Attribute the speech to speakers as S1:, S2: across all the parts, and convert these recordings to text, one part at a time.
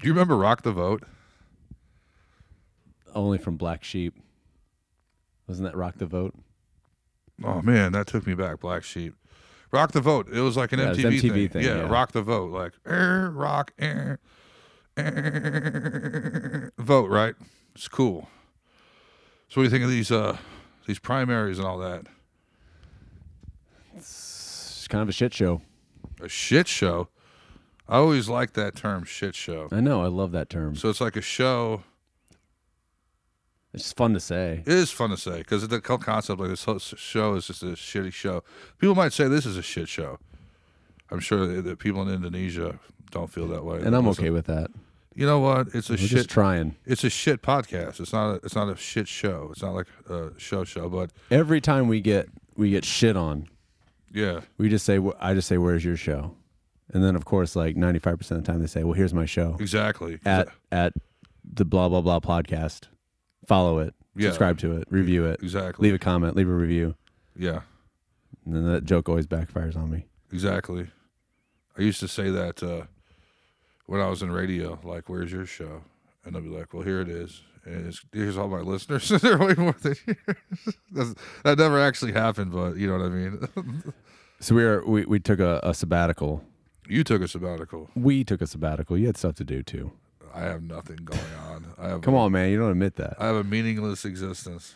S1: Do you remember Rock the Vote?
S2: Only from Black Sheep. Wasn't that Rock the Vote?
S1: Oh man, that took me back. Black Sheep, Rock the Vote. It was like an
S2: Yeah, it was
S1: MTV,
S2: MTV thing,
S1: Yeah,
S2: yeah.
S1: Rock the Vote. Like er, rock er, vote. Right, it's cool. So what do you think of these uh these primaries and all that?
S2: It's kind of a shit show.
S1: A shit show. I always like that term, shit show.
S2: I know. I love that term.
S1: So it's like a show.
S2: It's just fun to say.
S1: It is fun to say because the whole concept like this whole s- show is just a shitty show. People might say this is a shit show. I'm sure that- that people in Indonesia don't feel that way.
S2: And I'm okay with that.
S1: You know what? It's a
S2: We're
S1: shit.
S2: just trying.
S1: it's a shit podcast. It's not. A, it's not a shit show. It's not like a show show. But
S2: Every time we get we get shit on,
S1: yeah,
S2: we just say wh- I just say where's your show, and then of course like 95 percent of the time they say well here's my show
S1: exactly.
S2: at at the blah blah blah podcast. Follow it,
S1: Yeah.
S2: subscribe to it, review it,
S1: exactly.
S2: leave a comment, leave a review,
S1: Yeah,
S2: and then that joke always backfires on me.
S1: exactly. I used to say that uh, when I was in radio. Like, where's your show? And they'll be like, well, here it is. And it's, here's all my listeners. They're way more than yours. That's, that never actually happened, but you know what I mean.
S2: So we are we, we took a, a sabbatical.
S1: you took a sabbatical.
S2: We took a sabbatical. You had stuff to do too.
S1: I have nothing going on. I have
S2: Come on, man, you don't admit that.
S1: I have a meaningless existence.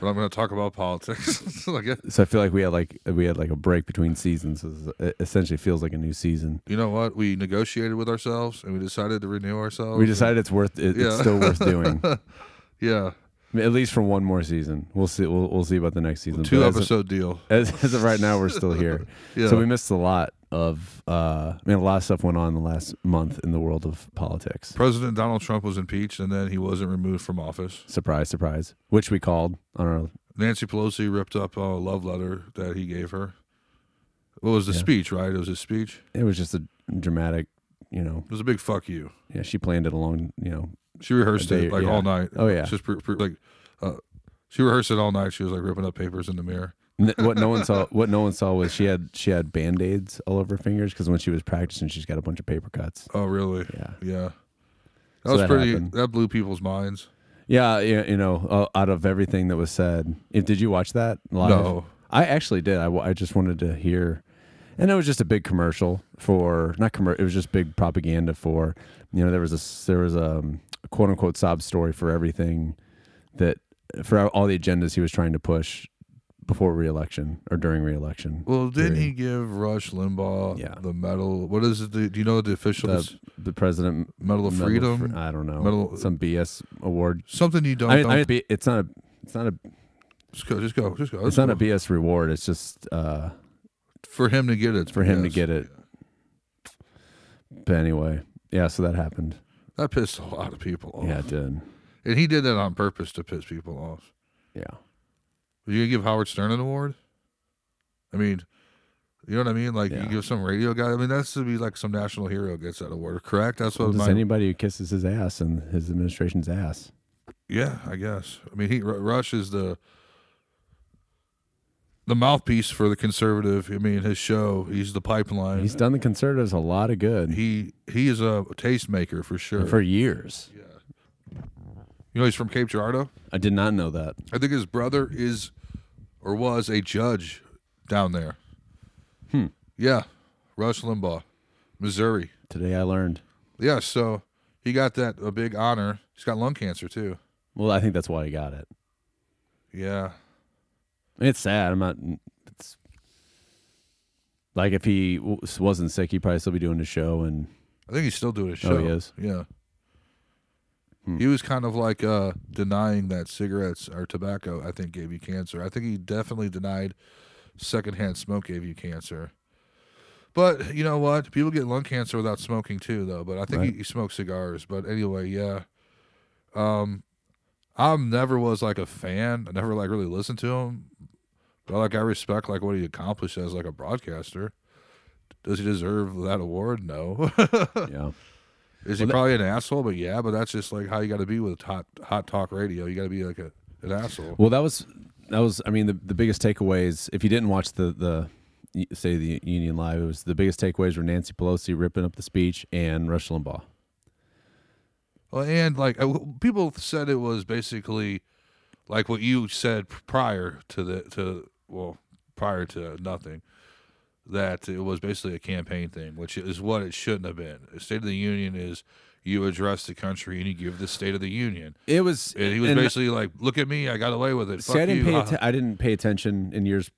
S1: but I'm going to talk about politics. like,
S2: So I feel like we had like we had like a break between seasons. It essentially feels like a new season.
S1: you know what? We negotiated with ourselves and we decided to renew ourselves.
S2: We decided it's worth it,
S1: Yeah.
S2: it's still worth doing. I
S1: Yeah.
S2: mean, at least for one more season. We'll see. We'll, we'll see about the next season.
S1: Two
S2: But as of-
S1: episode deal.
S2: As, as of right now, we're still here.
S1: Yeah.
S2: So we missed a lot of. Uh, I mean, a lot of stuff went on the last month in the world of politics.
S1: President Donald Trump was impeached and then he wasn't removed from office.
S2: Surprise, surprise. Which we called on our.
S1: Nancy Pelosi ripped up a love letter that he gave her. What was the speech, right? It was his speech.
S2: It was just a dramatic. You know,
S1: It was a big fuck you.
S2: yeah, she planned it along. You know,
S1: She rehearsed
S2: They-
S1: it like
S2: yeah.
S1: all night.
S2: Oh, yeah.
S1: Just pre- pre- like, uh, she rehearsed it all night. She was like ripping up papers in the mirror.
S2: N- what no one saw what no one saw was she had she had band-aids all over her fingers because when she was practicing she's got a bunch of paper cuts
S1: Oh, really?
S2: yeah
S1: Yeah. That
S2: So
S1: was
S2: that
S1: pretty.
S2: happened.
S1: That blew people's minds.
S2: yeah you, you know uh, out of everything that was said if, did you watch that live
S1: No.
S2: i actually did I, wa- I just wanted to hear and it was just a big commercial for not commercial it was just big propaganda for you know there was a s- there was a um, quote-unquote sob story for everything that for all the agendas he was trying to push before reelection or during reelection
S1: Well, didn't he give Rush Limbaugh
S2: Yeah.
S1: the medal? What is it? The, do you know the official
S2: the, the president
S1: medal of
S2: Medal
S1: freedom?
S2: of Fre- I don't know.
S1: Medal-
S2: Some BS award.
S1: Something you don't.
S2: I mean,
S1: don't
S2: I mean, B- it's not a, it's not a,
S1: just go. Just go. Just go.
S2: it's
S1: That's
S2: not a
S1: cool.
S2: BS reward. It's just uh,
S1: for him to get it.
S2: for him to get it. But anyway, yeah. So that happened.
S1: That pissed a lot of people off.
S2: Yeah, it did.
S1: And he did that on purpose to piss people off.
S2: Yeah.
S1: Are you gonna give Howard Stern an award? I mean, you know what I mean? Like
S2: Yeah.
S1: you give some radio guy. I mean, that's to be like some national hero gets that award. Correct? That's what
S2: Well, just
S1: my
S2: anybody who kisses his ass and his administration's ass.
S1: Yeah, I guess. I mean, he Ru- Rush is the the mouthpiece for the conservative. I mean, his show, he's the pipeline.
S2: He's done the conservatives a lot of good
S1: he he is a tastemaker for sure.
S2: for years.
S1: you know, he's from Cape Girardeau.
S2: I did not know that.
S1: I think his brother is or was a judge down there. Hmm. Yeah, Rush Limbaugh, Missouri.
S2: Today I learned.
S1: Yeah, so he got that a big honor. He's got lung cancer too.
S2: Well, I think that's why he got it.
S1: Yeah,
S2: It's sad. I'm not. It's like if he w- wasn't sick, he'd probably still be doing the show and
S1: I think he's still doing a show.
S2: Oh, he is? Hmm.
S1: Yeah. He was kind of like uh, denying that cigarettes or tobacco, I think, gave you cancer. I think he definitely denied secondhand smoke gave you cancer. But you know what? People get lung cancer without smoking too, though. But I think
S2: Right.
S1: he, he smoked cigars. But anyway, yeah. Um, I never was like a fan. I never like really listened to him. But like I respect like what he accomplished as like a broadcaster. Does he deserve that award? No.
S2: yeah.
S1: Is he
S2: Well, that-
S1: probably an asshole? But yeah, but that's just like how you got to be with hot hot talk radio. You got to be like a an asshole.
S2: Well, that was that was. I mean, the, the biggest takeaways. If you didn't watch the the y- say the Union Live. It was the biggest takeaways were Nancy Pelosi ripping up the speech and Rush Limbaugh.
S1: Well, and like I w people said, it was basically like what you said p- prior to the to well prior to nothing. That it was basically a campaign thing, which is what it shouldn't have been. The State of the Union is you address the country and you give the State of the Union.
S2: It was.
S1: And he was
S2: and-
S1: basically like, "Look at me, I got away with it."
S2: See,
S1: Fuck
S2: I didn't
S1: you.
S2: pay. atten- I didn't pay attention in years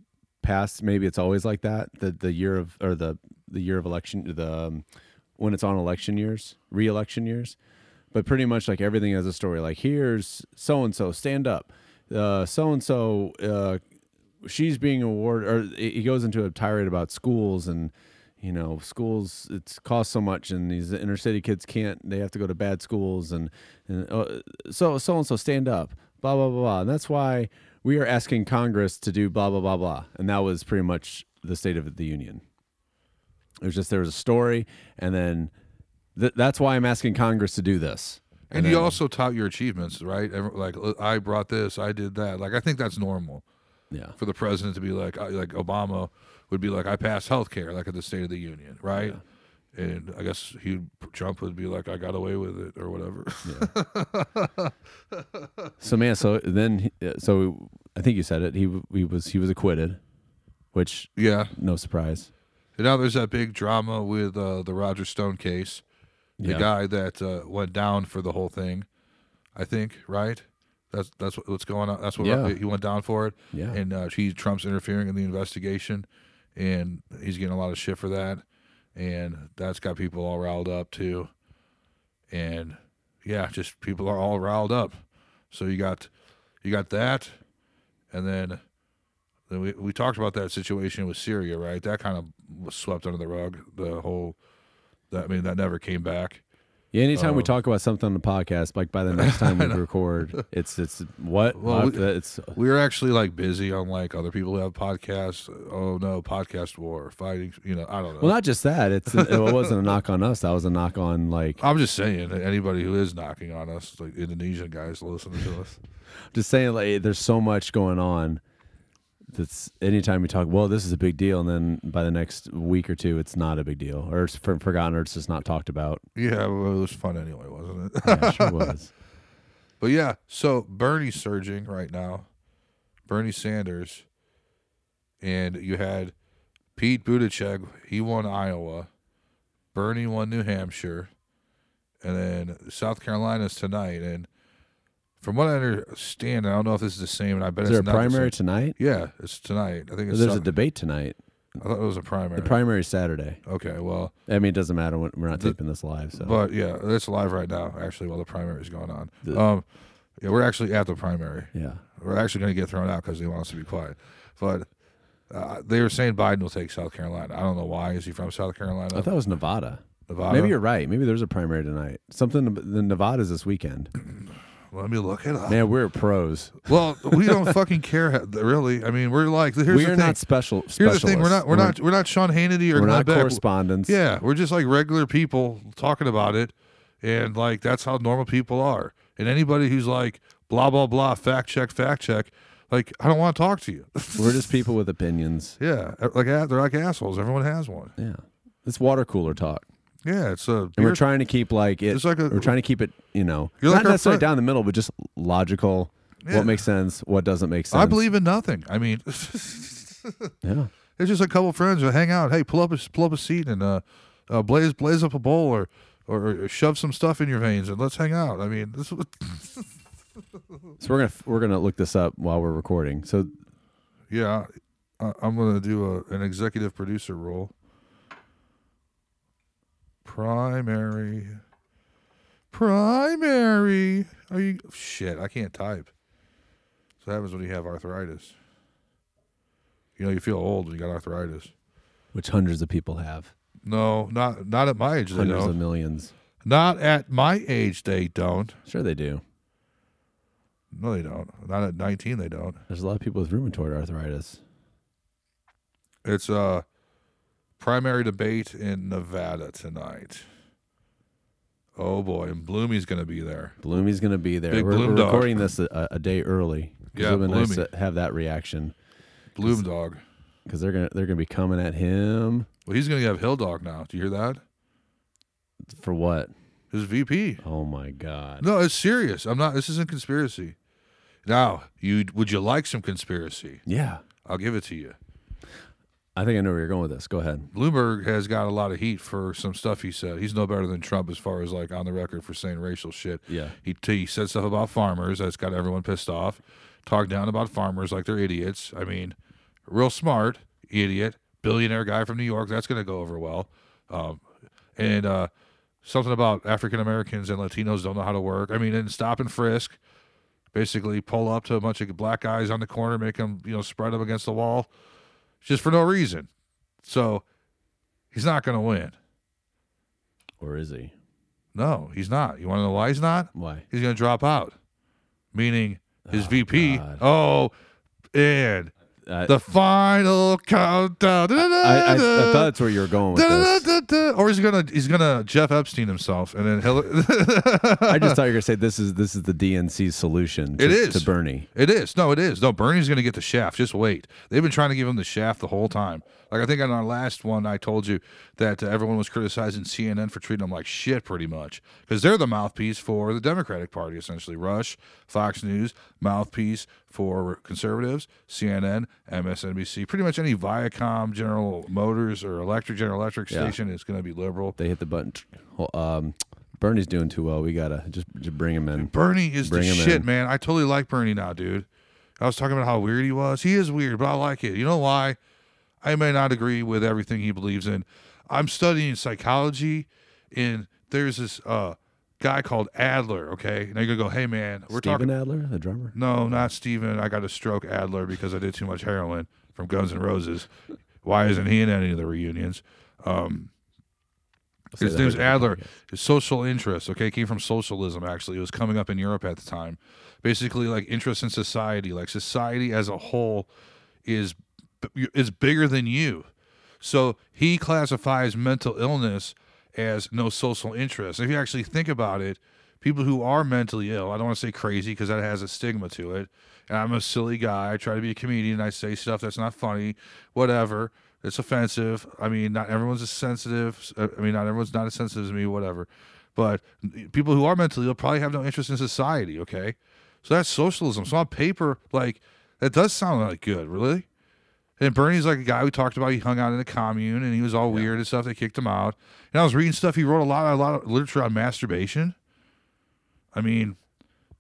S2: past. Maybe it's always like that. The the year of or the the year of election. The um, when it's on election years, re-election years. But pretty much like everything has a story. Like here's so and so stand up. Uh, So and so she's being awarded. Or he he goes into a tirade about schools and. You know, schools it's cost so much, and these inner city kids can't. They have to go to bad schools, and and uh, so so and so stand up blah blah blah blah and that's why we are asking congress to do blah blah blah blah and that was pretty much the state of the union it was just there was a story and then th- that's why i'm asking congress to do this
S1: and you
S2: then-
S1: also tout your achievements, right? Every- Like I brought this, I did that. Like I think that's normal.
S2: yeah
S1: for the president to be like I- like Obama would be like I passed health care like at the State of the Union, right? And I guess he Trump would be like I got away with it or whatever.
S2: so man so then he- so i think you said it he, w- he was he was acquitted which
S1: yeah.
S2: no surprise
S1: And now there's that big drama with uh, the Roger Stone case, the
S2: Yeah.
S1: guy that uh, went down for the whole thing. I think right. That's that's what, what's going on. That's what
S2: Yeah.
S1: he went down for it.
S2: Yeah.
S1: And uh, he Trump's interfering in the investigation, and he's getting a lot of shit for that, and that's got people all riled up too. and yeah, just people are all riled up. So you got you got that, and then then we we talked about that situation with Syria, right? That kind of was swept under the rug. The whole that I mean that never came back.
S2: yeah, anytime we
S1: Uh,
S2: talk about something on the podcast, like by the next time we record, it's it's what
S1: Well,
S2: What? it's
S1: We were actually like busy on like other people who have podcasts. Oh no, podcast war, fighting. You know, I don't know.
S2: Well, not just that. It's it wasn't a knock on us. That was a knock on like
S1: I'm just saying that anybody who is knocking on us, like Indonesian guys listening to us.
S2: just saying like there's so much going on. That's anytime we talk. Well, this is a big deal, and then by the next week or two, it's not a big deal, or it's for- forgotten, or it's just not talked about.
S1: Yeah, well, it was fun anyway, wasn't it?
S2: Yeah, sure was.
S1: But yeah, so Bernie's surging right now. Bernie Sanders. And you had Pete Buttigieg, he won Iowa. Bernie won New Hampshire. And then South Carolina's tonight. And from what I understand, I don't know if this is the same, and I bet
S2: Is
S1: it's
S2: there a
S1: not the
S2: primary
S1: same.
S2: tonight?
S1: yeah, it's tonight. I think it's
S2: There's a
S1: South-
S2: debate tonight.
S1: I thought it was a primary.
S2: The primary Saturday.
S1: okay, well,
S2: I mean, it doesn't matter. when We're not
S1: The-
S2: taping this live, so
S1: but yeah, it's live right now, actually, while the primary is going on.
S2: The-
S1: um, yeah, we're actually at the primary.
S2: yeah.
S1: We're actually going to get thrown out because they want us to be quiet. But uh, they were saying Biden will take South Carolina. I don't know why. Is he from South Carolina?
S2: I thought it was Nevada.
S1: Nevada?
S2: Maybe you're right. Maybe there's a primary tonight. Something. ab- The Nevada's this weekend.
S1: Let me look it up.
S2: Man, we're pros.
S1: Well, we don't fucking care, how- really. I mean, we're like here's the
S2: we are
S1: thing.
S2: not special.
S1: here's the thing. We're not.
S2: specialists.
S1: We're, not. We're not Sean Hannity or
S2: We're
S1: Glenn
S2: not
S1: Beck.
S2: correspondents.
S1: Yeah, we're just like regular people talking about it, and like that's how normal people are. And anybody who's like blah blah blah, fact check, fact check, like I don't want to talk to you.
S2: We're just people with opinions.
S1: yeah, e, like they're like assholes. Everyone has one.
S2: Yeah. It's water cooler talk.
S1: Yeah, it's a
S2: And
S1: beer
S2: we're trying to keep like it
S1: It's like a-
S2: we're trying to keep it, you know,
S1: You're
S2: not
S1: like our
S2: necessarily
S1: friend-
S2: down the middle, but just logical.
S1: Yeah.
S2: What makes sense, what doesn't make sense.
S1: I believe in nothing. I mean, it's
S2: Yeah.
S1: just a couple friends who hang out. Hey, pull up a pull up a seat and uh, uh blaze blaze up a bowl or, or or shove some stuff in your veins and let's hang out. I mean, this was-
S2: So we're gonna we're gonna look this up while we're recording. So
S1: yeah. I, I'm gonna do a, an executive producer role. Primary. Primary. Are you shit? I can't type. So that happens when you have arthritis. You know, you feel old when you got arthritis.
S2: which hundreds of people have.
S1: No, not not at my age they
S2: Hundreds of
S1: don't.
S2: millions.
S1: Not at my age they don't.
S2: Sure they do.
S1: No, they don't. Not at nineteen they don't.
S2: There's a lot of people with rheumatoid arthritis.
S1: It's a primary debate in Nevada tonight. Oh boy, and Bloomy's gonna be there.
S2: Bloomy's gonna be there.
S1: Big
S2: we're
S1: Bloom
S2: we're
S1: dog.
S2: recording this a, a day early. 'cause
S1: Yeah,
S2: it would have been nice
S1: Bloomy.
S2: to have that reaction.
S1: Bloom dog.
S2: because they're gonna they're gonna be coming at him
S1: Well, he's going to have Hill Dog now. Do you hear that?
S2: for what?
S1: His VP.
S2: Oh my god!
S1: No, it's serious. I'm not. This isn't conspiracy. Now, you would you like some conspiracy?
S2: Yeah,
S1: I'll give it to you.
S2: I think I know where you're going with this. Go ahead.
S1: Bloomberg has got a lot of heat for some stuff he said. He's no better than Trump as far as like on the record for saying racial shit.
S2: Yeah.
S1: He, he said stuff about farmers that's got everyone pissed off. Talked down about farmers like they're idiots. I mean, real smart idiot, billionaire guy from New York. That's going to go over well. Um, and uh, something about African Americans and Latinos don't know how to work. I mean, and stop and frisk. Basically, pull up to a bunch of black guys on the corner, make them you know spread them against the wall, just for no reason. So he's not going to win.
S2: Or is he?
S1: No, he's not. You want to know why he's not?
S2: Why?
S1: He's going to drop out, meaning his
S2: Oh,
S1: VP.
S2: God.
S1: Oh, and
S2: I,
S1: the final countdown.
S2: I, I, I thought that's where you were going with this.
S1: Da-da-da-da-da. Or he's gonna he's gonna Jeff Epstein himself, and then Hillary.
S2: I just thought you were gonna say this is this is the DNC's solution. To,
S1: It is.
S2: to Bernie.
S1: it is no, it is no. Bernie's gonna get the shaft. Just wait. They've been trying to give him the shaft the whole time. Like I think on our last one, I told you that uh, everyone was criticizing CNN for treating them like shit, pretty much, because they're the mouthpiece for the Democratic Party, essentially. Rush, Fox News, mouthpiece for conservatives. CNN, MSNBC, pretty much any Viacom, General Motors, or Electric General Electric
S2: Yeah.
S1: station is gonna be liberal.
S2: They hit the button. Well, Um, Bernie's doing too well. We gotta just just bring him in.
S1: Bernie is
S2: Bring
S1: the
S2: him
S1: shit,
S2: in.
S1: man. I totally like Bernie now, dude. I was talking about how weird he was. He is weird, but I like it. You know why? I may not agree with everything he believes in. I'm studying psychology, and there's this uh, guy called Adler. Okay, now you're gonna go, hey man, we're talking.
S2: Steven Adler, the drummer.
S1: No, not Steven. I got a stroke Adler because I did too much heroin from Guns N' Roses. Why isn't he in any of the reunions? Um,
S2: Say
S1: his
S2: that
S1: name's
S2: again.
S1: Adler. His social interests, okay, came from socialism. Actually, it was coming up in Europe at the time. Basically, like interest in society, like society as a whole, is is bigger than you. So he classifies mental illness as no social interest. If you actually think about it, people who are mentally ill, I don't want to say crazy because that has a stigma to it. And I'm a silly guy. I try to be a comedian. I say stuff that's not funny, whatever. It's offensive. I mean, not everyone's as sensitive. I mean, not everyone's not as sensitive as me, whatever. But people who are mentally ill probably have no interest in society, okay? So that's socialism. So on paper, like, that does sound like good, really. And Bernie's like a guy we talked about. He hung out in a commune and he was all weird and stuff. They kicked him out. And I was reading stuff. He wrote a lot, a lot of literature on masturbation. I mean,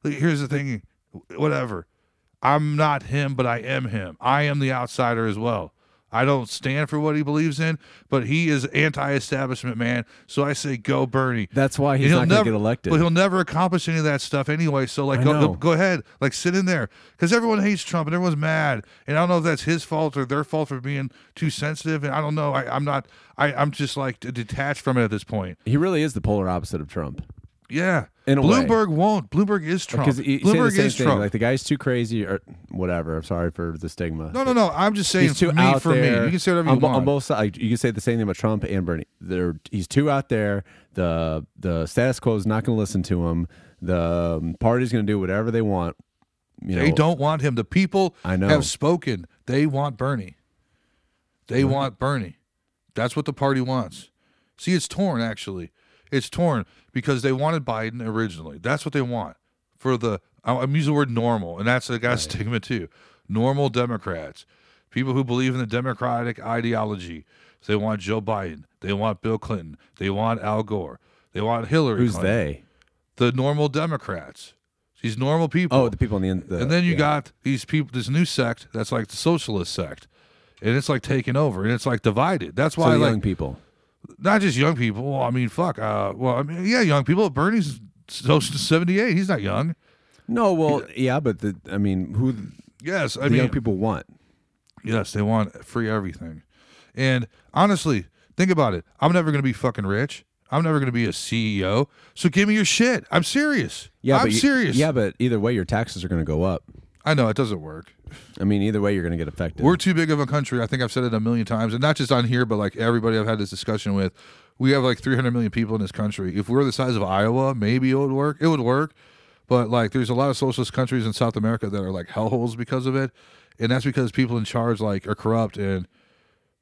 S1: like, here's the thing. Whatever. I'm not him, but I am him. I am the outsider as well. I don't stand for what he believes in, but he is anti-establishment man. So I say, go Bernie.
S2: That's why
S1: And
S2: he's
S1: he'll
S2: not gonna
S1: never-
S2: get elected.
S1: But he'll never accomplish any of that stuff anyway. So like,
S2: I
S1: go,
S2: know.
S1: go ahead, like sit in there, because everyone hates Trump and everyone's mad. And I don't know if that's his fault or their fault for being too sensitive. And I don't know. I, I'm not. I, I'm just like d- detached from it at this point.
S2: He really is the polar opposite of Trump.
S1: Yeah.
S2: In a way.
S1: Bloomberg won't. Bloomberg is Trump.
S2: Because he's saying the
S1: Bloomberg
S2: same
S1: is
S2: thing.
S1: Trump.
S2: Like the guy's too crazy or whatever. I'm sorry for the stigma.
S1: no, no, no. I'm just saying
S2: he's too
S1: me
S2: out
S1: for
S2: there.
S1: me. You can say whatever you
S2: on, bo-
S1: want.
S2: On both sides, you can say the same thing about Trump and Bernie. They're, he's too out there. The the status quo is not going to listen to him. The um, party's going to do whatever they want. You know,
S1: They don't want him. The people
S2: I know.
S1: have spoken. They want Bernie. They
S2: Mm-hmm.
S1: want Bernie. That's what the party wants. See, it's torn actually. It's torn because they wanted Biden originally. That's what they want for the. I- I'm using the word normal, and that's a guy's stigma too. Normal Democrats, people who believe in the Democratic ideology. They want Joe Biden. They want Bill Clinton. They want Al Gore. They want Hillary.
S2: Who's
S1: Clinton.
S2: they?
S1: The normal Democrats. These normal people.
S2: Oh, the people in the end. The,
S1: And then you
S2: yeah.
S1: got these people, this new sect that's like the socialist sect, and it's like taking over, and it's like divided. That's
S2: so
S1: why,
S2: the
S1: like,
S2: young people.
S1: not just young people. Well, I mean, fuck. Uh, well, I mean, yeah, young people. Bernie's so seventy-eight. He's not young.
S2: No, well, yeah, but the, I mean, who the
S1: Yes, I
S2: the
S1: mean,
S2: young people want?
S1: yes, they want free everything. And honestly, think about it. I'm never gonna be fucking rich. I'm never gonna be a CEO. So give me your shit. I'm serious.
S2: Yeah,
S1: I'm
S2: but you-
S1: serious.
S2: Yeah, but either way, your taxes are going to go up.
S1: I know it doesn't work.
S2: I mean, either way, you're going to get affected.
S1: We're too big of a country. I think I've said it a million times, and not just on here, but like everybody I've had this discussion with. We have like 300 million people in this country. If we were the size of Iowa, maybe it would work. It would work. But like, there's a lot of socialist countries in South America that are like hellholes because of it. and that's because people in charge like are corrupt and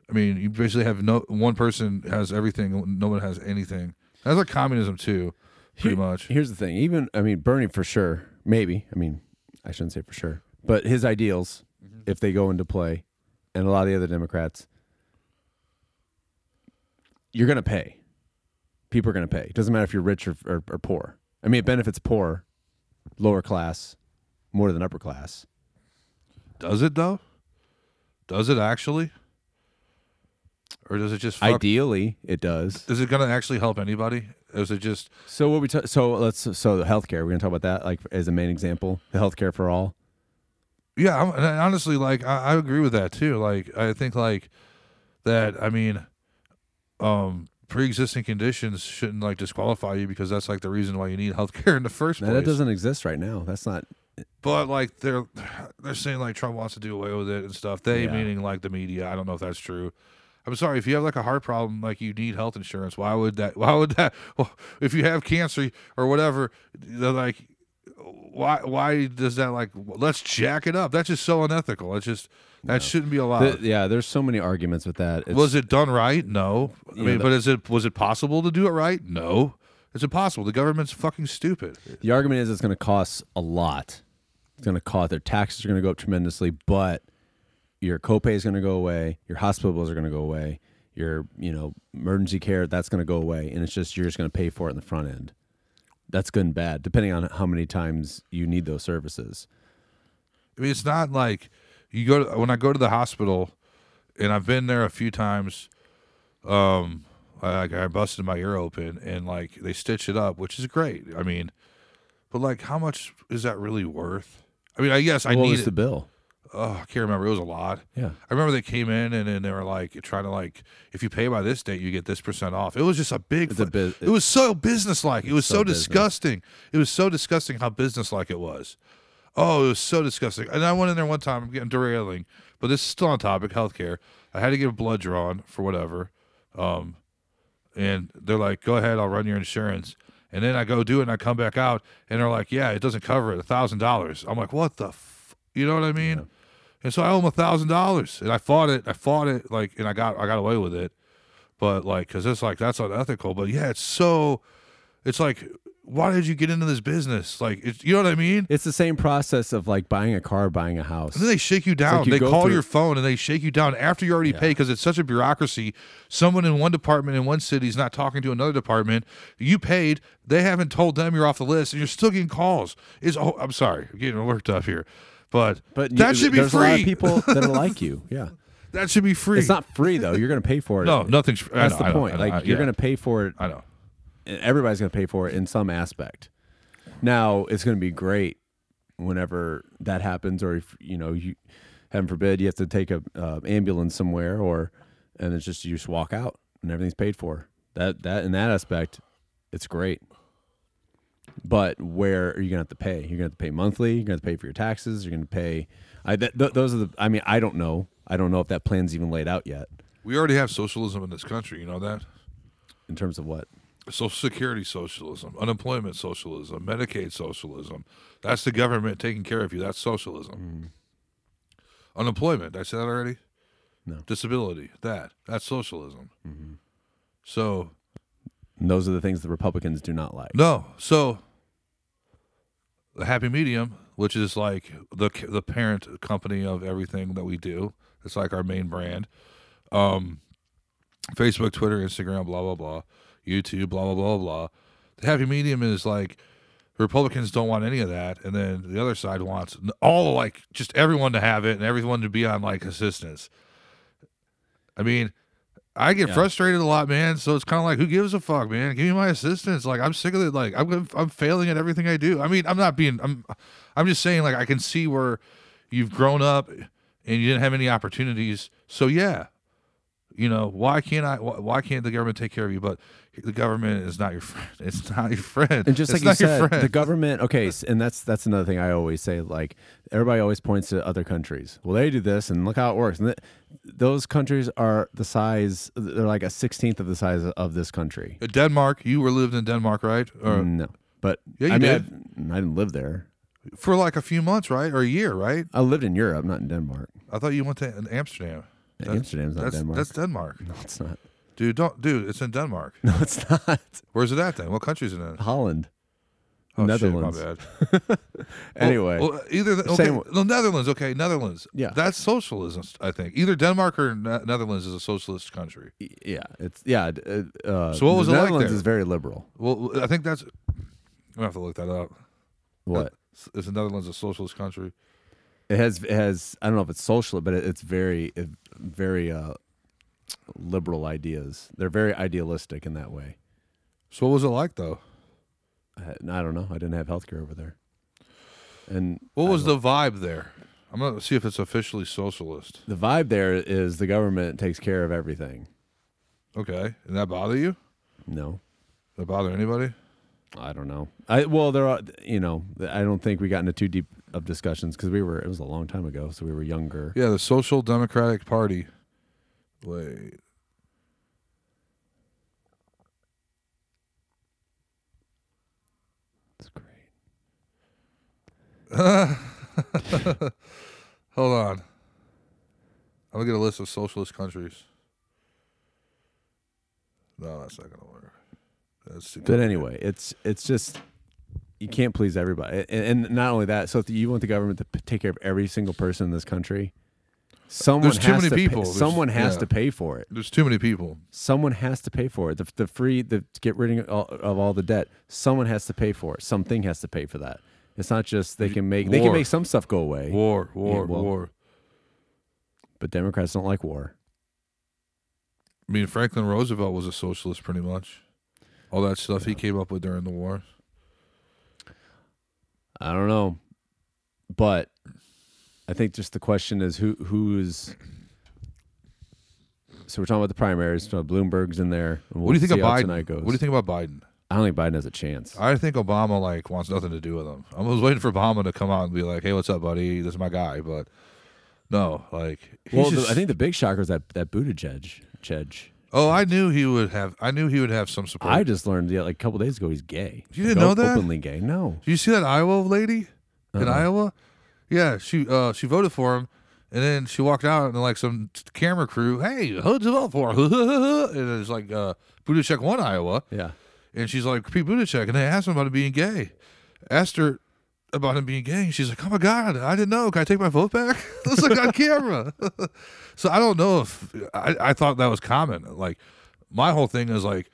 S1: i mean you basically have no one person has everything no one has anything that's like communism too pretty much
S2: Here's the thing. Even I mean Bernie for sure, maybe. I mean, I shouldn't say for sure, but his ideals, if they go into play, and a lot of the other Democrats, you're gonna pay. People are gonna pay. It doesn't matter if you're rich or, or, or poor. I mean, it benefits poor, lower class, more than upper class.
S1: does it though does it actually or does it just fuck,
S2: Ideally, it does.
S1: is it gonna actually help anybody is it just
S2: So what we ta- so let's so the healthcare. We're gonna talk about that like as a main example. The healthcare for all.
S1: Yeah, I'm, and I- honestly, like I, I agree with that too. Like I think like that. I mean, um, pre-existing conditions shouldn't like disqualify you because that's like the reason why you need healthcare in the first
S2: Now,
S1: place.
S2: that doesn't exist right now. That's not
S1: but like they're they're saying like Trump wants to do away with it and stuff. They
S2: Yeah.
S1: meaning like the media. I don't know if that's true. I'm sorry if you have like a heart problem, like you need health insurance. Why would that? Why would that? Well, if you have cancer or whatever, they're like, why? Why does that like? Let's jack it up. That's just so unethical. It's just that shouldn't be allowed.
S2: Th- yeah, there's so many arguments with that. It's,
S1: was it done right? No. I
S2: Yeah,
S1: mean,
S2: the-
S1: but is it was it possible to do it right? No. It's impossible. The government's fucking stupid.
S2: the argument is it's going to cost a lot. It's going to cost their taxes are going to go up tremendously, but your copay is going to go away. Your hospital bills are going to go away. Your you know emergency care that's going to go away, and it's just you're just going to pay for it in the front end. That's good and bad, depending on how many times you need those services.
S1: I mean, it's not like you go to, when I go to the hospital, and I've been there a few times. Um, I, I busted my ear open, and like they stitch it up, which is great. I mean, but like, how much is that really worth? I mean, I guess I
S2: what
S1: need.
S2: was the bill?
S1: oh, I can't remember. It was a lot.
S2: Yeah,
S1: I remember they came in and then they were like trying to like, if you pay by this date, you get this percent off. It was just a big.
S2: It's a
S1: fu-
S2: bus-
S1: it was so businesslike. It was so,
S2: so business.
S1: disgusting. It was so disgusting how businesslike it was. Oh, it was so disgusting. And I went in there one time. I'm getting derailing, but this is still on topic. Healthcare. I had to get a blood drawn for whatever, um, and they're like, "Go ahead, I'll run your insurance." And then I go do it, and I come back out, and they're like, "Yeah, it doesn't cover it. A thousand dollars." I'm like, "What the?" F-? You know what I mean? And so I owe him a thousand dollars, and I fought it. I fought it, like, and I got I got away with it, but like, cause it's like that's unethical. But yeah, it's so, it's like, why did you get into this business? Like, it's, you know what I mean?
S2: it's the same process of like buying a car, buying a house.
S1: And then they shake you down.
S2: like you
S1: they
S2: go
S1: call
S2: through-
S1: your phone and they shake you down after you already pay because it's such a bureaucracy. Someone in one department in one city is not talking to another department. You paid. They haven't told them you're off the list, and you're still getting calls. It's oh, I'm sorry, I'm getting worked up here, but
S2: But
S1: that
S2: you,
S1: should be
S2: there's a lot of
S1: free.
S2: people that are like you. Yeah.
S1: that should be free.
S2: It's not free though. You're going to pay for it.
S1: No, nothing's. I
S2: That's
S1: know,
S2: the
S1: I know,
S2: point.
S1: I know,
S2: like
S1: I-
S2: you're
S1: yeah,
S2: going to pay for it.
S1: I know.
S2: Everybody's going to pay for it in some aspect. Now it's going to be great whenever that happens, or if you know you, heaven forbid, you have to take a uh, ambulance somewhere, or and it's just you just walk out and everything's paid for. That that in that aspect, it's great. But where are you going to have to pay? You're going to have to pay monthly. You're going to have to pay for your taxes. You're going to pay. I that, th- those are the. I mean, I don't know. I don't know if that plan's even laid out yet
S1: We already have socialism in this country. You know that.
S2: in terms of what.
S1: Social Security socialism, unemployment socialism, Medicaid socialism. That's the government taking care of you. That's socialism. Unemployment. Did I say that already?
S2: No.
S1: Disability. That. That's socialism. So
S2: And those are the things the Republicans do not like.
S1: no. So the happy medium, which is like the c- the parent company of everything that we do. It's like our main brand. Um, Facebook, Twitter, Instagram, blah blah blah, YouTube, blah blah blah blah. The happy medium is like Republicans don't want any of that, and then the other side wants n- all like just everyone to have it and everyone to be on like assistance. I mean, I get
S2: Yeah.
S1: frustrated a lot, man. So it's kind of like, who gives a fuck, man? Give me my assistance. Like I'm sick of it. Like I'm I'm failing at everything I do. I mean, I'm not being. I'm I'm just saying like I can see where you've grown up and you didn't have any opportunities. So yeah, you know why can't I? Why, why can't the government take care of you? But the government is not your friend. It's not your friend.
S2: And just
S1: It's
S2: like you
S1: not your
S2: said,
S1: friend.
S2: the government. Okay, s- and that's that's another thing I always say. Like everybody always points to other countries. Well, they do this, and look how it works. And th- those countries are the size. They're like a sixteenth of the size of this country.
S1: Uh,
S2: Mm.
S1: Denmark. You were lived in Denmark, right? Uh, Or
S2: no, but
S1: Yeah, you
S2: I mean,
S1: did.
S2: I, I didn't live there.
S1: for like a few months, right, or a year, right?
S2: I lived in Europe, not in Denmark.
S1: I thought you went to in Amsterdam. That's-
S2: Amsterdam's not
S1: that's
S2: Denmark.
S1: that's Denmark,
S2: no, it's not.
S1: dude. Don't, dude. It's in Denmark.
S2: No, it's not.
S1: Where's it at then? What country's it in?
S2: Holland.
S1: Oh,
S2: Netherlands.
S1: Shit, my bad. Well,
S2: Anyway,
S1: well, either the, okay,
S2: Same
S1: the Netherlands. Okay, Netherlands.
S2: Yeah.
S1: that's socialism. I think either Denmark or Ne- Netherlands is a socialist country.
S2: y- yeah, it's yeah. d- uh, Uh,
S1: So what was
S2: the
S1: it like
S2: Netherlands
S1: there?
S2: is very liberal.
S1: Well, I think that's. I'm gonna have to look that up. Uh,
S2: What
S1: Is the Netherlands a socialist country?
S2: it has it has I don't know if it's socialist, but it, it's very it, very uh, liberal ideas. They're very idealistic in that way.
S1: So what was it like though?
S2: I, I don't know. I didn't have healthcare over there, and
S1: What was the vibe there? I'm gonna see if it's officially socialist.
S2: the vibe there is the government takes care of everything.
S1: Okay, did that bother you?
S2: No,
S1: Did that bother anybody?
S2: I don't know. I well, there are you know. I don't think we got into too deep of discussions because we were. It was a long time ago, so we were younger.
S1: Yeah, the Social Democratic Party. Wait.
S2: That's great.
S1: Hold on. I'm gonna get a list of socialist countries. No, that's not gonna work. That's too
S2: But anyway, it's it's just you can't please everybody, and, and not only that. So if you want the government to p- take care of every single person in this country, someone
S1: There's too
S2: has
S1: many
S2: to pay-
S1: people. There's-
S2: someone has
S1: yeah.
S2: to pay for it.
S1: There's too many people.
S2: Someone has to pay for it. The, the free, the to get rid of all, of all the debt. Someone has to pay for it. Something has to pay for that. It's not just they can make they can
S1: War.
S2: make some stuff go away,
S1: War, war,
S2: well-
S1: war.
S2: but Democrats don't like war.
S1: I mean, Franklin Roosevelt was a socialist, pretty much. All that stuff he came up with during the war.
S2: I don't know, but I think just the question is who who's. So we're talking about the primaries. So Bloomberg's in there. and
S1: What do you
S2: we'll
S1: think
S2: see how
S1: about Biden?
S2: Tonight goes.
S1: What do you think Uh, about Biden?
S2: I don't think Biden has a chance.
S1: I think Obama like wants nothing to do with him. I was waiting for Obama to come out and be like, "Hey, what's up, buddy? This is my guy." But no, like, he's
S2: well,
S1: just-
S2: the, I think the big shocker is that that Buttigieg. Chedge.
S1: Oh, I knew he would have. I knew he would have some support.
S2: I just learned yeah, like a couple days ago he's gay.
S1: You didn't
S2: Like,
S1: know
S2: o-
S1: that?
S2: Openly gay. No.
S1: Do you see that Iowa lady in Iowa? Yeah, she uh, she voted for him, and then she walked out and like some t- camera crew, hey, who'd you vote for? and it's like uh, Buttigieg won Iowa,
S2: Yeah.
S1: and she's like Pete Buttigieg, and they asked him about him being gay. Asked her about him being gay, and she's like, oh my god, I didn't know. Can I take my vote back? it's like on camera. so I don't know if I, I thought that was common. Like my whole thing is like.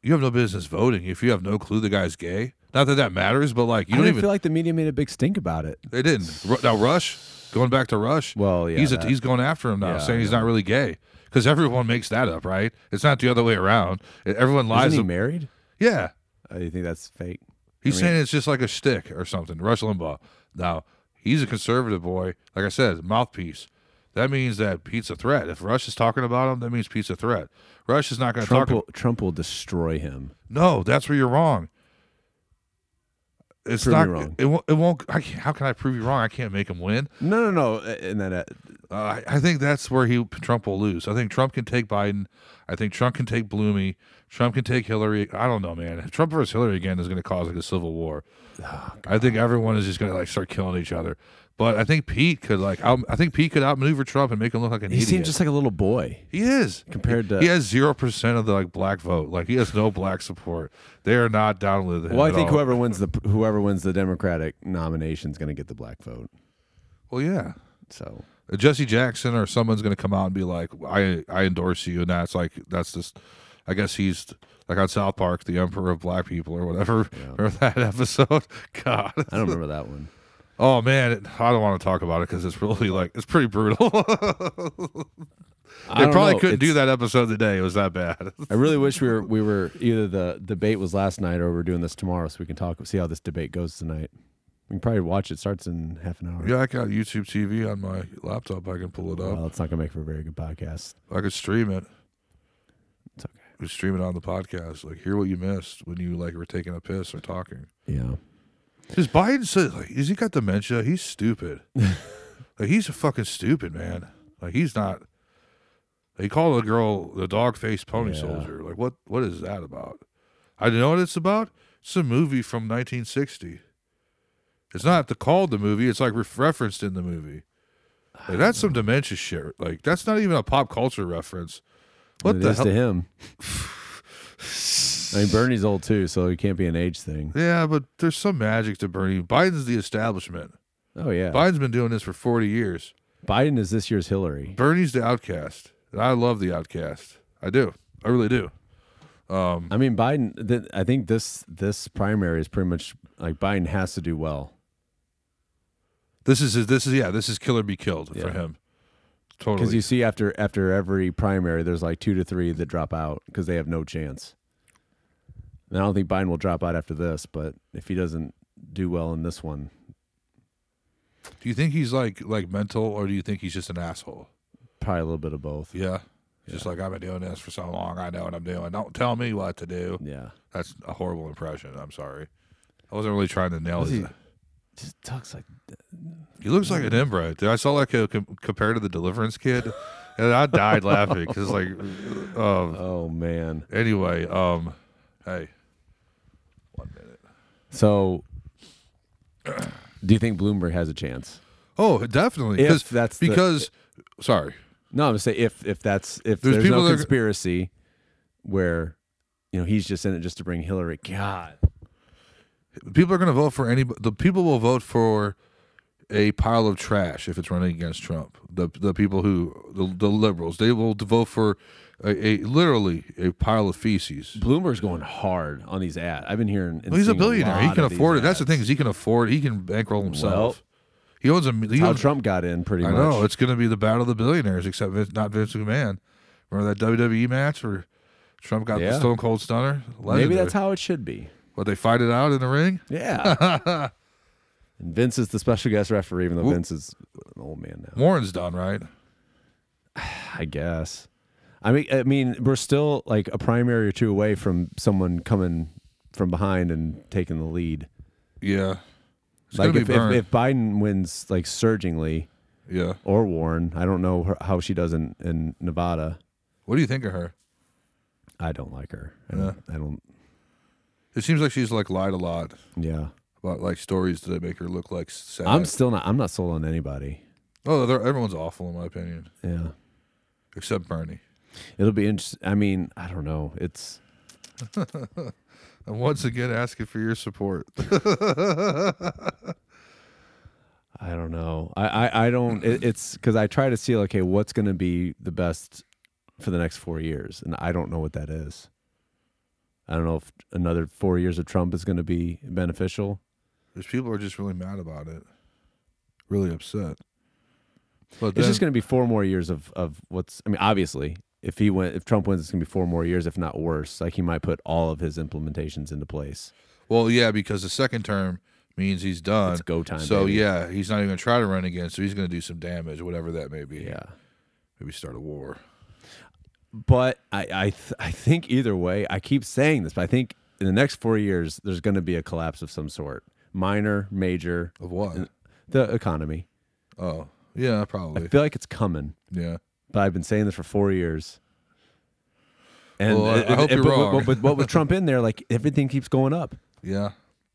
S1: You have no business voting if you have no clue the guy's gay. Not that that matters, but like you
S2: I
S1: don't
S2: didn't
S1: even
S2: feel like the media made a big stink about it.
S1: they didn't. Ru- Now Rush, going back to Rush.
S2: Well, yeah,
S1: he's a,
S2: that-
S1: he's going after him now,
S2: Yeah,
S1: saying he's not really gay because everyone makes that up, right? It's not the other way around. E- Everyone
S2: Isn't
S1: lies.
S2: he
S1: ab-
S2: married?
S1: yeah,
S2: Uh, you think that's fake?
S1: he's
S2: I mean-
S1: saying it's just like a shtick or something. Rush Limbaugh. Now he's a conservative boy. Like I said, mouthpiece. That means that Pete's a threat. If Rush is talking about him, that means Pete's a threat. Rush is not going to
S2: Trump
S1: talk.
S2: will, Trump will destroy him.
S1: No, that's where you're wrong. It's
S2: Prove me
S1: not.
S2: wrong.
S1: It, won't. It won't. I can't, how can I prove you wrong? I can't make him win.
S2: No, no, no. uh, And that uh,
S1: Uh, I- I think that's where he Trump will lose. I think Trump can take Biden. I think Trump can take Bloomy. Trump can take Hillary. I don't know, man. Trump versus Hillary again is going to cause like a civil war. I think everyone is just going to like start killing each other. But I think Pete could like out, I think Pete could outmaneuver Trump and make him look like an
S2: he
S1: idiot.
S2: seems just like a little boy.
S1: he is
S2: compared to-
S1: he has zero percent of the like black vote. Like he has no black support. They are not down with him.
S2: Well, I
S1: at
S2: think
S1: all.
S2: whoever wins the whoever wins the Democratic nomination is going to get the black vote.
S1: Well, yeah.
S2: So
S1: Jesse Jackson or someone's going to come out and be like, "I I endorse you," and that's like that's just, I guess he's like on South Park, the Emperor of Black People or whatever. Remember that episode? God,
S2: I don't remember that one.
S1: oh man, it, I don't want to talk about it because it's really like it's pretty brutal.
S2: I
S1: they
S2: don't
S1: probably
S2: know.
S1: couldn't do
S2: It's-
S1: that episode today. It was that bad.
S2: I really wish we were we were either the debate was last night or we're doing this tomorrow, so we can talk see how this debate goes tonight. We can probably watch it. Starts in half an hour.
S1: yeah, I got YouTube TV on my laptop. I can pull it up.
S2: Well, it's not gonna make for a very good podcast.
S1: I could stream it.
S2: It's okay.
S1: I could stream it on the podcast. Like hear what you missed when you like were taking a piss or talking.
S2: Yeah.
S1: Because Biden says, like, is he got dementia? He's stupid. like, he's a fucking stupid man. Like, he's not. He called a girl the dog faced pony
S2: Yeah.
S1: soldier. Like, what? What is that about? I know what it's about. It's a movie from 1960. It's not the called the movie. It's like re- referenced in the movie. Like, that's some dementia shit. Like that's not even a pop culture reference. What
S2: It
S1: the
S2: is
S1: hell?
S2: to him. I mean, Bernie's old too, so it can't be an age thing.
S1: Yeah, but there's some magic to Bernie. Biden's the establishment.
S2: Oh yeah,
S1: Biden's been doing this for 40 years.
S2: Biden is this year's Hillary.
S1: Bernie's the outcast, and I love the outcast. I do. I really do. Um,
S2: I mean, Biden. Th- I think this this primary is pretty much like Biden has to do well.
S1: this is this is yeah. This is kill or be killed for
S2: Yeah.
S1: him.
S2: Because
S1: Totally.
S2: you see, after after every primary, there's like two to three that drop out because they have no chance. And I don't think Biden will drop out after this, but if he doesn't do well in this one,
S1: do you think he's like like mental, or do you think he's just an asshole?
S2: probably a little bit of both.
S1: Yeah. Just like I've been doing this for so long, I know what I'm doing. Don't tell me what to do.
S2: Yeah,
S1: That's a horrible impression. I'm sorry. I wasn't really trying to nail
S2: Was
S1: his.
S2: just talks like
S1: He looks like an inbred. Dude, I saw like a com- compared to the Deliverance kid, and I died laughing because like, um,
S2: oh man.
S1: anyway, um, hey, one minute.
S2: So, do you think Bloomberg has a chance?
S1: Oh, definitely.
S2: If
S1: 'cause-
S2: that's the-
S1: because sorry,
S2: No, I'm gonna say if if that's if
S1: There's
S2: there's,
S1: people
S2: no
S1: that are-
S2: conspiracy where you know he's just in it just to bring Hillary. God,
S1: people are going to vote for any. The people will vote for a pile of trash if it's running against Trump. The the people who the, the liberals they will vote for a, a literally a pile of feces.
S2: Bloomberg's going hard on these ads. I've been hearing. and
S1: Well, he's a
S2: seeing
S1: billionaire. He
S2: lot
S1: can
S2: of these
S1: afford it. That's the
S2: ads.
S1: thing is he can afford. He can bankroll himself. he owns a. He
S2: How
S1: owns,
S2: Trump got in, pretty
S1: I
S2: much.
S1: know it's going to be the battle of the billionaires, except Vince, not Vince McMahon. Remember that WWE match where Trump got the
S2: Yeah.
S1: Stone Cold Stunner?
S2: Maybe
S1: Legendary.
S2: that's how it should be.
S1: What they fight it out in the ring?
S2: Yeah. and Vince is the special guest referee, even though
S1: Wh-
S2: Vince is an old man now.
S1: Warren's done right.
S2: I guess. I mean, I mean, we're still like a primary or two away from someone coming from behind and taking the lead.
S1: Yeah, it's going
S2: like
S1: to
S2: if,
S1: be
S2: if,
S1: burned.
S2: if Biden wins like surgingly
S1: yeah.
S2: or Warren, I don't know her, how she does in, in Nevada.
S1: What do you think of her?
S2: I don't like her. I don't, I don't.
S1: It seems like she's like lied a lot
S2: Yeah,
S1: about like stories that make her look like sad.
S2: I'm still not. I'm not sold on anybody.
S1: oh, they're- everyone's awful in my opinion,
S2: Yeah,
S1: except Bernie.
S2: it'll be interesting. I mean, I don't know. It's
S1: And once again, asking for your support.
S2: I don't know. I I, I don't. It, it's because I try to see okay, what's going to be the best for the next four years, and I don't know what that is. I don't know if another four years of Trump is going to be beneficial.
S1: There's people who are just really mad about it, really upset. But
S2: It's
S1: then,
S2: just going to be four more years of of what's. I mean, obviously, if he went, if Trump wins, it's going to be four more years, if not worse. Like he might put all of his implementations into place.
S1: well, yeah, because the second term means he's done.
S2: It's go time.
S1: Uh, So
S2: baby.
S1: yeah, he's not even going to try to run again. So he's going to do some damage, whatever that may be.
S2: yeah.
S1: maybe start a war.
S2: But I I th- I think either way, I keep saying this, but I think in the next four years, there's going to be a collapse of some sort, minor, major,
S1: Of what?
S2: Uh, the economy.
S1: Oh, yeah,
S2: I
S1: probably.
S2: feel like it's coming,
S1: Yeah,
S2: but I've been saying this for four years. And
S1: Well, I- I
S2: and-
S1: hope
S2: and-
S1: you're
S2: but,
S1: wrong.
S2: But, but, but with Trump in there, like everything keeps going up.
S1: yeah.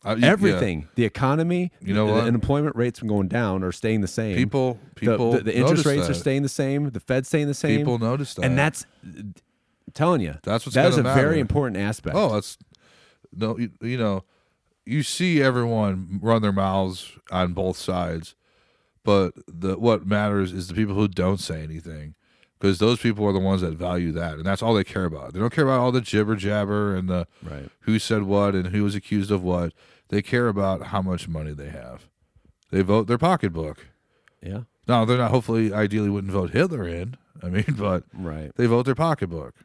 S1: I- yeah.
S2: Everything, the economy,
S1: You know
S2: the,
S1: what?
S2: unemployment rates from going down are staying the same.
S1: People,
S2: The-
S1: people,
S2: the, the
S1: notice
S2: interest rates are
S1: that.
S2: staying the same. The Fed's staying the same.
S1: People notice that,
S2: and that's I'm telling you
S1: That's what's
S2: that is a
S1: gonna matter.
S2: very important aspect.
S1: oh, that's no, you, you know, you see everyone run their mouths on both sides, but the what matters is the people who don't say anything. Because those people are the ones that value that, and that's all they care about. They don't care about all the jibber jabber and the
S2: right.
S1: who said what and who was accused of what. They care about how much money they have. They vote their pocketbook.
S2: Yeah.
S1: Now they're not. Hopefully, ideally, wouldn't vote Hitler in. I mean, but
S2: Right.
S1: they vote their pocketbook,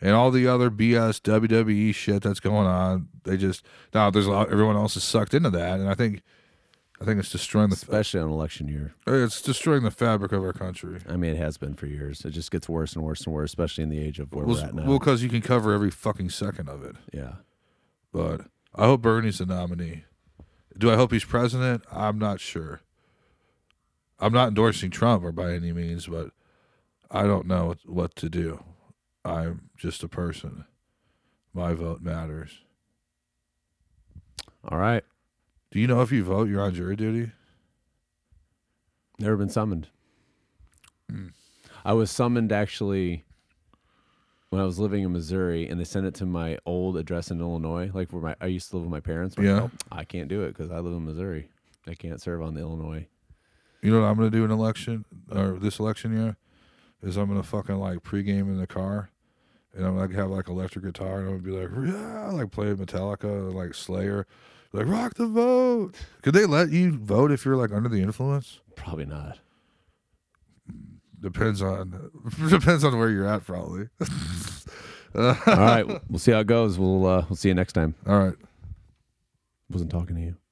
S1: and all the other BS WWE E shit that's going on. They just now there's a lot. Everyone else is sucked into that, and I think, I think it's destroying the
S2: Especially on election year.
S1: it's destroying the fabric of our country.
S2: I mean, it has been for years. It just gets worse and worse and worse, especially in the age of where we're
S1: Well,
S2: at now.
S1: well, because you can cover every fucking second of it.
S2: yeah.
S1: But I hope Bernie's the nominee. Do I hope he's president? I'm not sure. I'm not endorsing Trump or by any means, but I don't know what- what to do. I'm just a person. My vote matters.
S2: All right.
S1: Do you know if you vote, you're on jury duty?
S2: Never been summoned.
S1: Mm.
S2: I was summoned actually when I was living in Missouri, and they sent it to my old address in Illinois, like where my I used to live with my parents. Like,
S1: Yeah.
S2: "Nope, I can't do it because I live in Missouri. I can't serve on the Illinois.
S1: You know what I'm gonna do in election or this election year is I'm gonna fucking like pregame in the car, and I'm gonna have like electric guitar and I'm gonna be like yeah, like playing Metallica or like Slayer, like rock the vote. Could they let you vote if you're like under the influence?
S2: Probably not.
S1: Depends on depends on where you're at probably.
S2: All right, we'll see how it goes. We'll uh, we'll see you next time.
S1: All right.
S2: Wasn't talking to you.